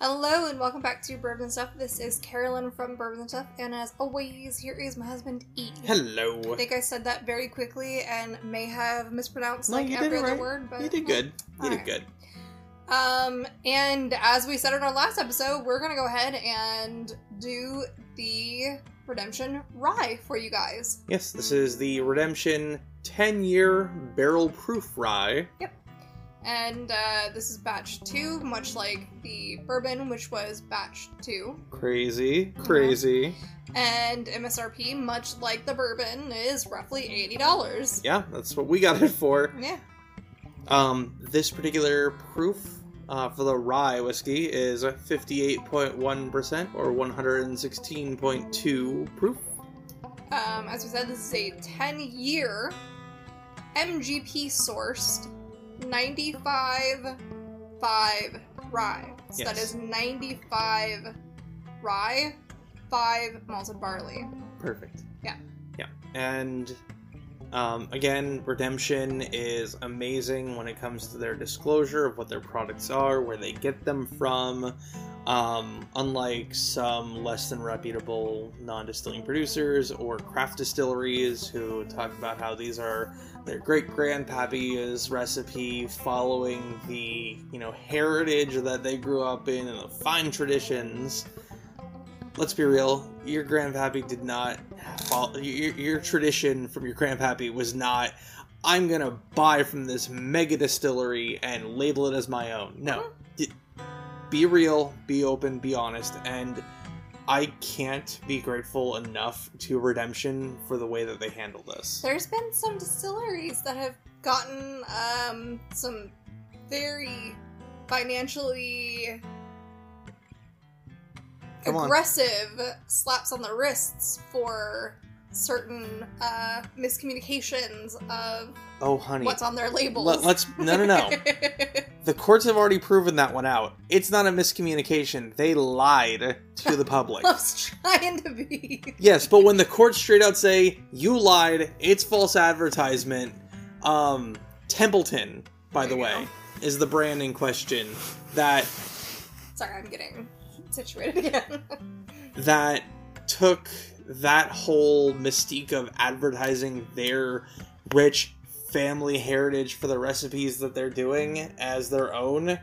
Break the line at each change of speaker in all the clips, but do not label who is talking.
Hello and welcome back to Bourbon Stuff. This is Carolyn from Bourbon Stuff, and as always, here is my husband E.
Hello.
I think I said that very quickly and may have mispronounced
No,
like
you did
every
it
other
right.
word, but
you did good. You did
Alright.
good.
Um, and as we said in our last episode, we're gonna go ahead and do the redemption rye for you guys.
Yes, this is the Redemption 10 year barrel proof rye.
And uh, this is batch two, much like the bourbon, which was batch two.
Crazy. Crazy.
And MSRP, much like the bourbon, is roughly eighty dollars.
Yeah, that's what we got it for.
Yeah.
Um, this particular proof uh, for the rye whiskey is 58.1% or 116.2 proof.
Um, as we said, this is a 10 year MGP sourced 95 5 rye. So that
Yes.
is 95 rye, 5 malted barley.
Perfect.
Yeah.
Yeah. And um, again, Redemption is amazing when it comes to their disclosure of what their products are, where they get them from. Um, unlike some less than reputable non distilling producers or craft distilleries who talk about how these are their great grandpappy's recipe following the you know heritage that they grew up in and the fine traditions let's be real your grandpappy did not follow your, your tradition from your grandpappy was not i'm gonna buy from this mega distillery and label it as my own no D- be real be open be honest and i can't be grateful enough to redemption for the way that they handle this
There's been some distilleries that have gotten um, some very financially
Come on.
aggressive slaps on the wrists for certain uh, miscommunications of
oh honey
what's on their labels.
let, let's no no no the courts have already proven that one out it's not a miscommunication they lied to the public
I was trying to be.
Yes, but when the courts straight out say you lied, it's false advertisement. Um, Templeton, by the
There you
way, is the brand in question that
Sorry, I'm getting situated again.
that took that whole mystique of advertising their rich family heritage for the recipes that they're doing as their own.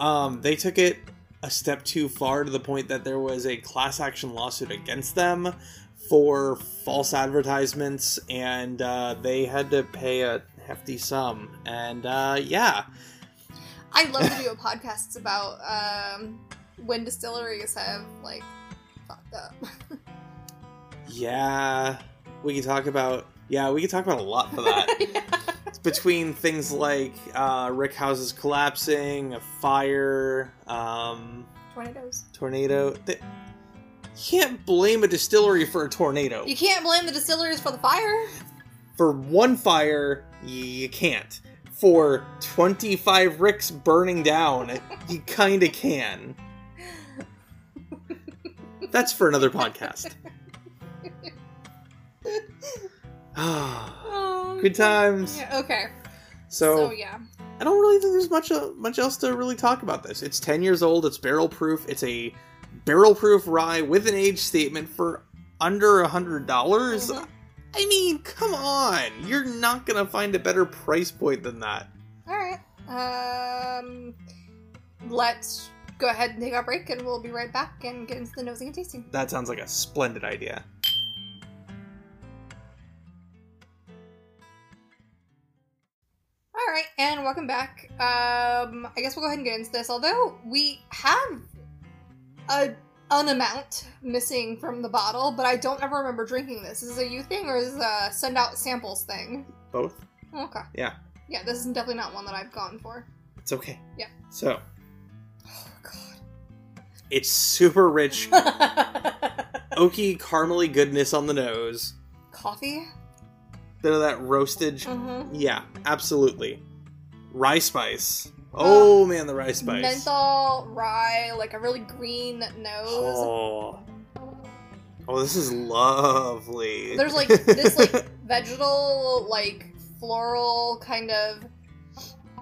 Um, they took it a step too far to the point that there was a class action lawsuit against them for false advertisements, and uh, they had to pay a hefty sum. And uh, yeah,
I love to do a podcast about um, when distilleries have like fucked up.
yeah, we could talk about yeah, we could talk about a lot for that. between things like uh, Rick houses collapsing, a fire, um,
Tornadoes.
tornado. Th- you can't blame a distillery for a tornado.
You can't blame the distilleries for the fire.
For one fire, y- you can't. For 25 ricks burning down, you kinda can. That's for another podcast.
Oh,
Good times.
Yeah, okay.
so
so yeah.
I don't really think there's much uh, much else to really talk about this. It's 10 years old, it's barrel proof, it's a barrel proof rye with an age statement for under $100. dollars
Mhm.
I mean, come on. You're not going to find a better price point than that.
All right. Um, let's go ahead and take our break, and we'll be right back and get into the nosing and tasting.
That sounds like a splendid idea.
All right, and welcome back. Um, I guess we'll go ahead and get into this. Although we have a an amount missing from the bottle, but I don't ever remember drinking this. Is this a you thing or is this a send out samples thing?
Both?
Oh, Okay.
Yeah.
Yeah, this is definitely not one that I've gone for.
It's okay.
Yeah.
So,
Oh
it's super rich,
god.
oaky, caramely goodness on the nose.
Coffee?
Bit of that roasted.
Mm-hmm.
Yeah, absolutely. Rye spice. Oh man, the rye spice.
Uh, Menthol, rye, like a really green nose.
Oh. oh, this is lovely.
There's like this like vegetal, like floral kind of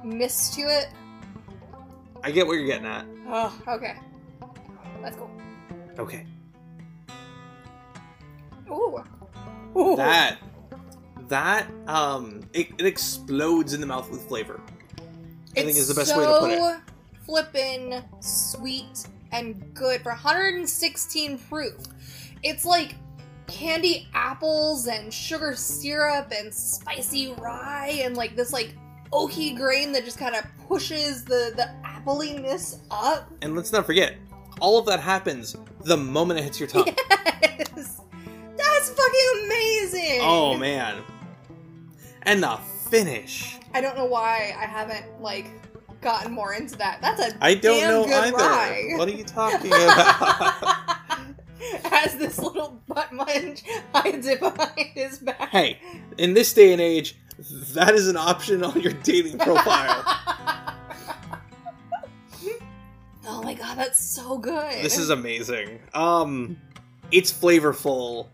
mist to it.
I get what you're getting at.
Oh, okay. That's cool.
Okay.
Ooh. Ooh.
That that um it, it explodes in the mouth with flavor. I think is the best way to put it.
Flippin' sweet and good for 116 proof. It's like candy apples and sugar syrup and spicy rye and like this like oaky grain that just kind of pushes the the appliness up.
And let's not forget, all of that happens the moment it hits your tongue.
Yes. That's fucking amazing.
Oh man. And the finish.
I don't know why I haven't like gotten more into that. That's a
I don't
Damn
know
good
either.
rye.
What are you talking about?
As this little butt munch hides it behind his back.
hey, in this day and age, that is an option on your dating profile.
oh my god, that's so good.
this is amazing. Um it's flavorful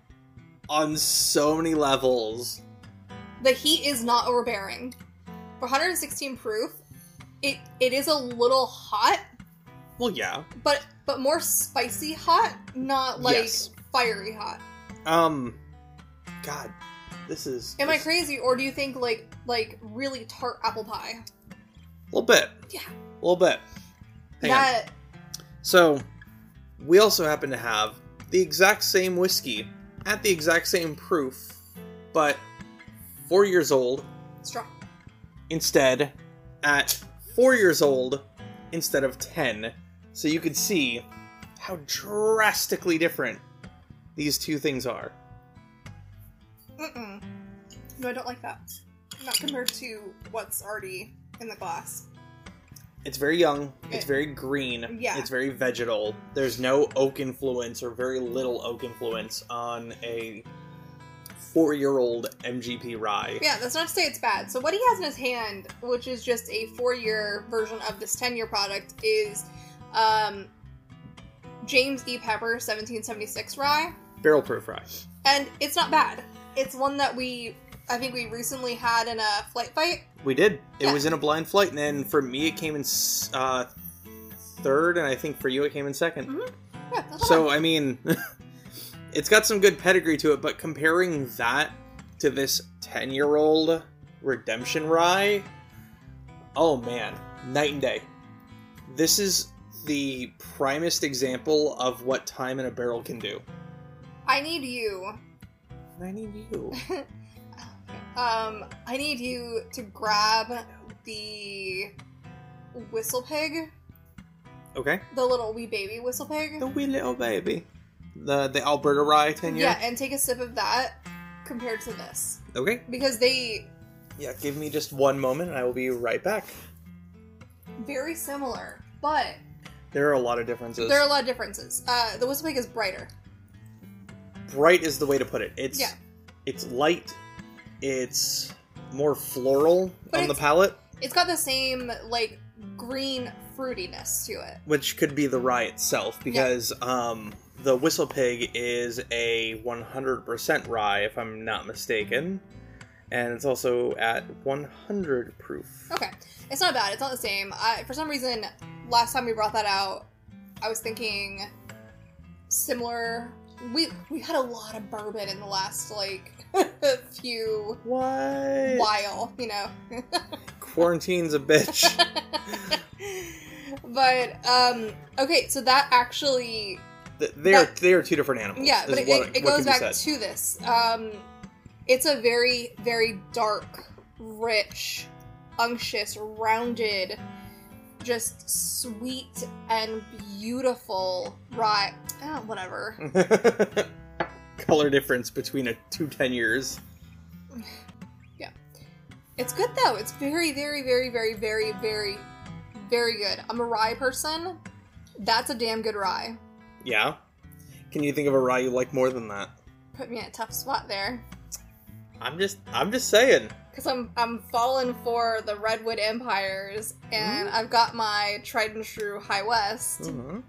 on so many levels.
the heat is not overbearing. For 116 proof, it it is a little hot,
Well, yeah.
but but more spicy hot, not like
Yes.
fiery hot.
Um god, this is
Am I
this-
crazy, or do you think like like really tart apple pie?
A little bit.
Yeah.
A little bit. Hang on.
that
So, we also happen to have the exact same whiskey at the exact same proof, but four years old
strong.
instead at four years old instead of ten. So you could see how drastically different these two things are.
Mm-mm. No, I don't like that. Not compared to what's already in the glass.
It's very young. It's
It-
very green.
Eh, Yeah.
It's very vegetal. There's no oak influence or very little oak influence on a four-year-old MGP rye.
Yeah, that's not to say it's bad. So what he has in his hand, which is just a four-year version of this ten-year product, is um, James E. Pepper 1776 rye,
Barrel proof rye.
and it's not bad. It's one that we, I think we recently had in a flight fight.
We did. It
Yeah.
was in a blind flight, and then for me, it came in s- uh, third, and I think for you, it came in 2nd
Mhm. Yeah, that's not
So I mean, it's got some good pedigree to it, but comparing that to this ten-year-old Redemption Rye, oh man, night and day. This is the primest example of what time in a barrel can do.
bad. I need you
I need you.
Um, I need you to grab the whistle pig,
Okay,
the little wee baby whistle pig.
the wee little baby, the the Alberta Rye ten-year.
Yeah, and take a sip of that compared to this.
Okay.
Because they
Yeah, give me just one moment and I will be right back.
very similar, but
There are a lot of differences.
there are a lot of differences. Uh, the whistle pig is brighter.
Bright is the way to put it. It's
Yeah.
it's light, it's more floral
But
on the
it's-
palate,
It's got the same like green fruitiness to it.
which could be the rye itself because um the whistle pig is a 100% rye if I'm not mistaken. And it's also at 100 proof.
Okay, it's not bad. It's not the same. I, for some reason, last time we brought that out, I was thinking similar. We we had a lot of bourbon in the last like few
What?
while, you know.
Quarantine's a bitch.
but um, okay, so that actually
Th- they are
But-
they are two different animals.
yeah,
is
but it,
what-
it, it
what
goes
can be
back
said.
to this. Um, it's a very, very dark, rich, unctuous, rounded, just sweet and beautiful rye. Oh, whatever.
color difference between a two ten years.
It's good though. It's very, very, very, very, very, very, very good. I'm a rye person. That's a damn good rye.
Yeah. Can you think of a rye you like more than that?
Put me in a tough spot there.
I'm just I'm just saying.
Cause I'm I'm falling for the Redwood Empires,
Mm.
and I've got my tried and true High West.
Mhm.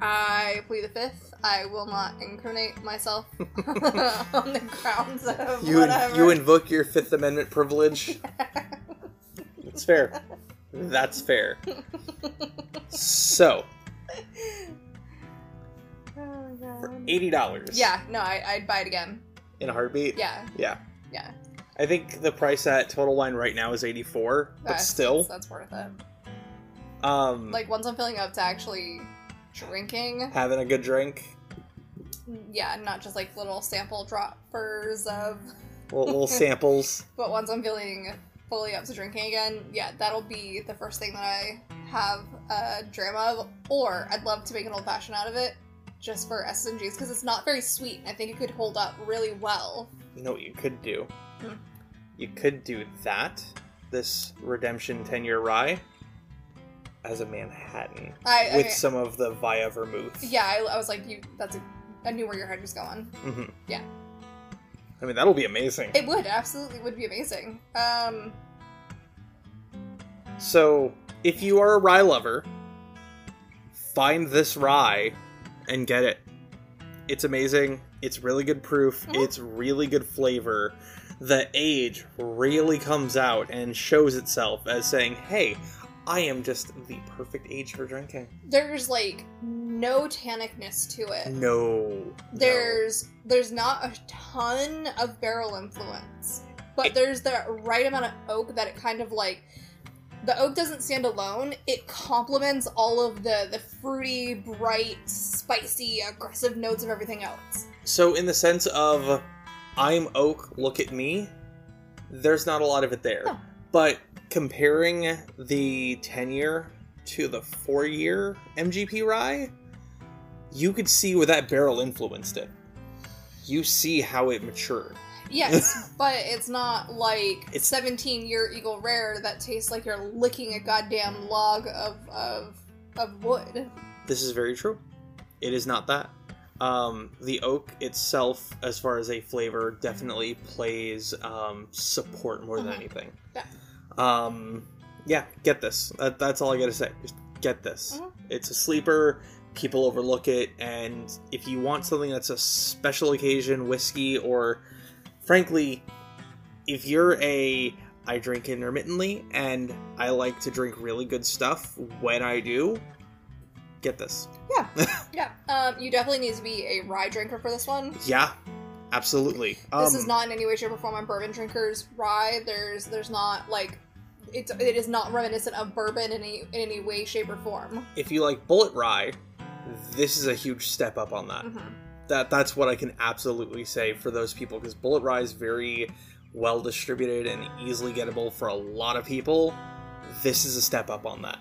I plead the fifth. I will not incriminate myself on the grounds of
You
whatever.
you invoke your Fifth Amendment privilege. That's fair. That's fair. So eighty dollars.
Yeah, no, I, I'd buy it again.
in a heartbeat.
Yeah,
yeah,
Yeah.
I think the price at Total Wine right now is eighty four, but
that's-
still, Hmm.
that's worth it.
um,
Like once I'm filling up to actually drinking,
having a good drink.
yeah, not just like little sample droppers of.
Little, little samples.
But once I'm feeling fully up to drinking again, yeah, that'll be the first thing that I have a dram of. Or I'd love to make an old fashioned out of it, just for S's and G's, because it's not very sweet. and I think it could hold up really well.
You know what you could do?
Hmm.
You could do that, this Redemption 10 year rye, as a Manhattan
I, I
with some of the Via Vermouth.
yeah, I, I was like, you. That's a. I knew where your head was going.
hmm
Yeah.
I mean, that'll be amazing.
It would absolutely would be amazing. Um,
So, if you are a rye lover, find this rye and get it. It's amazing. It's really good proof.
Mhm.
It's really good flavor. The age really comes out and shows itself as saying, hey, I am just the perfect age for drinking.
there's like no tannicness to it.
No.
there's there's not a ton of barrel influence but
It-
there's the right amount of oak that it kind of like the oak doesn't stand alone it complements all of the the fruity bright spicy aggressive notes of everything else
No. So, in the sense of, I'm oak, look at me, there's not a lot of it there.
No.
But comparing the 10 year to the 4 year MGP rye, you could see where that barrel influenced it. You see how it matured.
yes but it's not like
It's-
17 year eagle rare that tastes like you're licking a goddamn log of of of wood
This is very true. It is not that. Um, the oak itself, as far as a flavor, definitely plays um, support more than
Mhm.
anything.
Yeah.
Um, yeah, get this. That, that's all I gotta say. Just get this.
Mhm.
It's a sleeper. People overlook it, and if you want something that's a special occasion whiskey, or frankly, if you're a I drink intermittently and I like to drink really good stuff when I do, get this.
yeah um you definitely need to be a rye drinker for this one
Yeah, absolutely.
This
Um,
is not in any way, shape, or form on bourbon drinkers' rye. There's there's not like it's it is not reminiscent of bourbon in any in any way, shape, or form.
If you like bullet rye, this is a huge step up on that.
Mhm.
that that's what I can absolutely say for those people because Bullet Rye is very well distributed and easily gettable for a lot of people. This is a step up on that.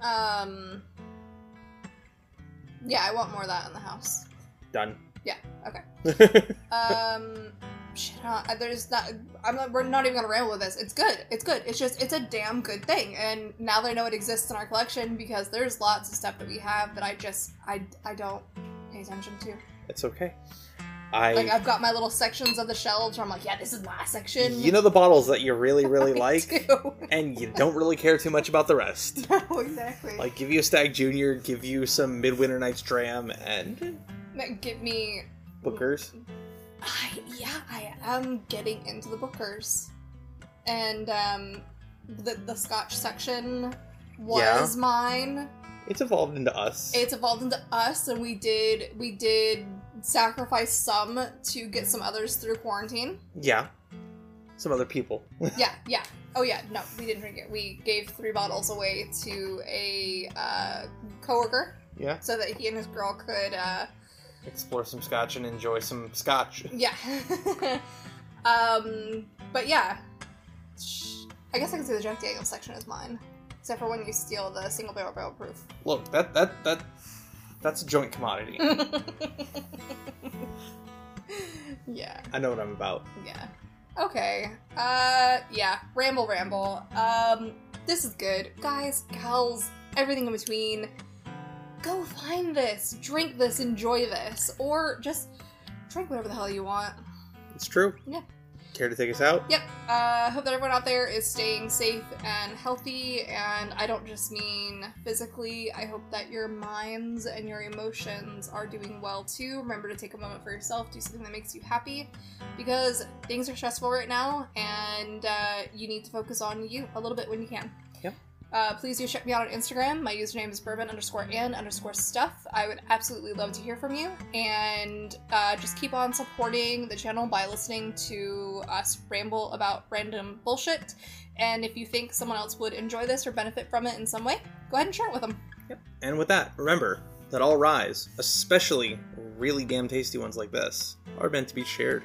Um. Yeah, I want more of that in the house.
Done.
Yeah,
Okay.
Um. Shit, huh? there's not. I'm not. We're not even gonna ramble with this. It's good. It's good. It's just. It's a damn good thing. And now that I know it exists in our collection, because there's lots of stuff that we have that I just. I. I don't pay attention to.
it's okay. I.
Like I've got my little sections of the shelves where I'm like, yeah, this is my section.
you know the bottles that you really really
I
like,
do.
and you don't really care too much about the rest.
no, exactly.
Like give you a Stag Junior, give you some Midwinter Night's Dram, and
Like, give me.
Booker's.
I yeah, I am getting into the bookers, and um, the the Scotch section was mine.
It's evolved into us.
It's evolved into us, and we did we did sacrifice some to get some others through quarantine.
yeah. Some other people.
yeah, yeah. Oh yeah, no, we didn't drink it. We gave three bottles away to a uh, coworker
Yeah.
so that he and his girl could. Uh,
Explore some scotch and enjoy some scotch.
Yeah. um, but yeah. Sh- I guess I can say the Jack Daniels section is mine. Except for when you steal the single barrel barrel proof.
Look, that that that that's a joint commodity.
Mm. yeah,
I know what I'm about.
yeah. Okay. Uh yeah, ramble ramble. Um this is good. Guys, gals, everything in between. Go find this, drink this, enjoy this, or just drink whatever the hell you want.
It's true.
Yeah.
Care to take us out?
Yep. Uh, hope that everyone out there is staying safe and healthy. And I don't just mean physically. I hope that your minds and your emotions are doing well too. Remember to take a moment for yourself. Do something that makes you happy, because things are stressful right now, and uh, you need to focus on you a little bit when you can.
Yep.
Uh, please do check me out on Instagram. My username is bourbon underscore and underscore stuff. I would absolutely love to hear from you. And uh, just keep on supporting the channel by listening to us ramble about random bullshit. And if you think someone else would enjoy this or benefit from it in some way, go ahead and share it with them.
And with that, remember that all rise, especially really damn tasty ones like this, are meant to be shared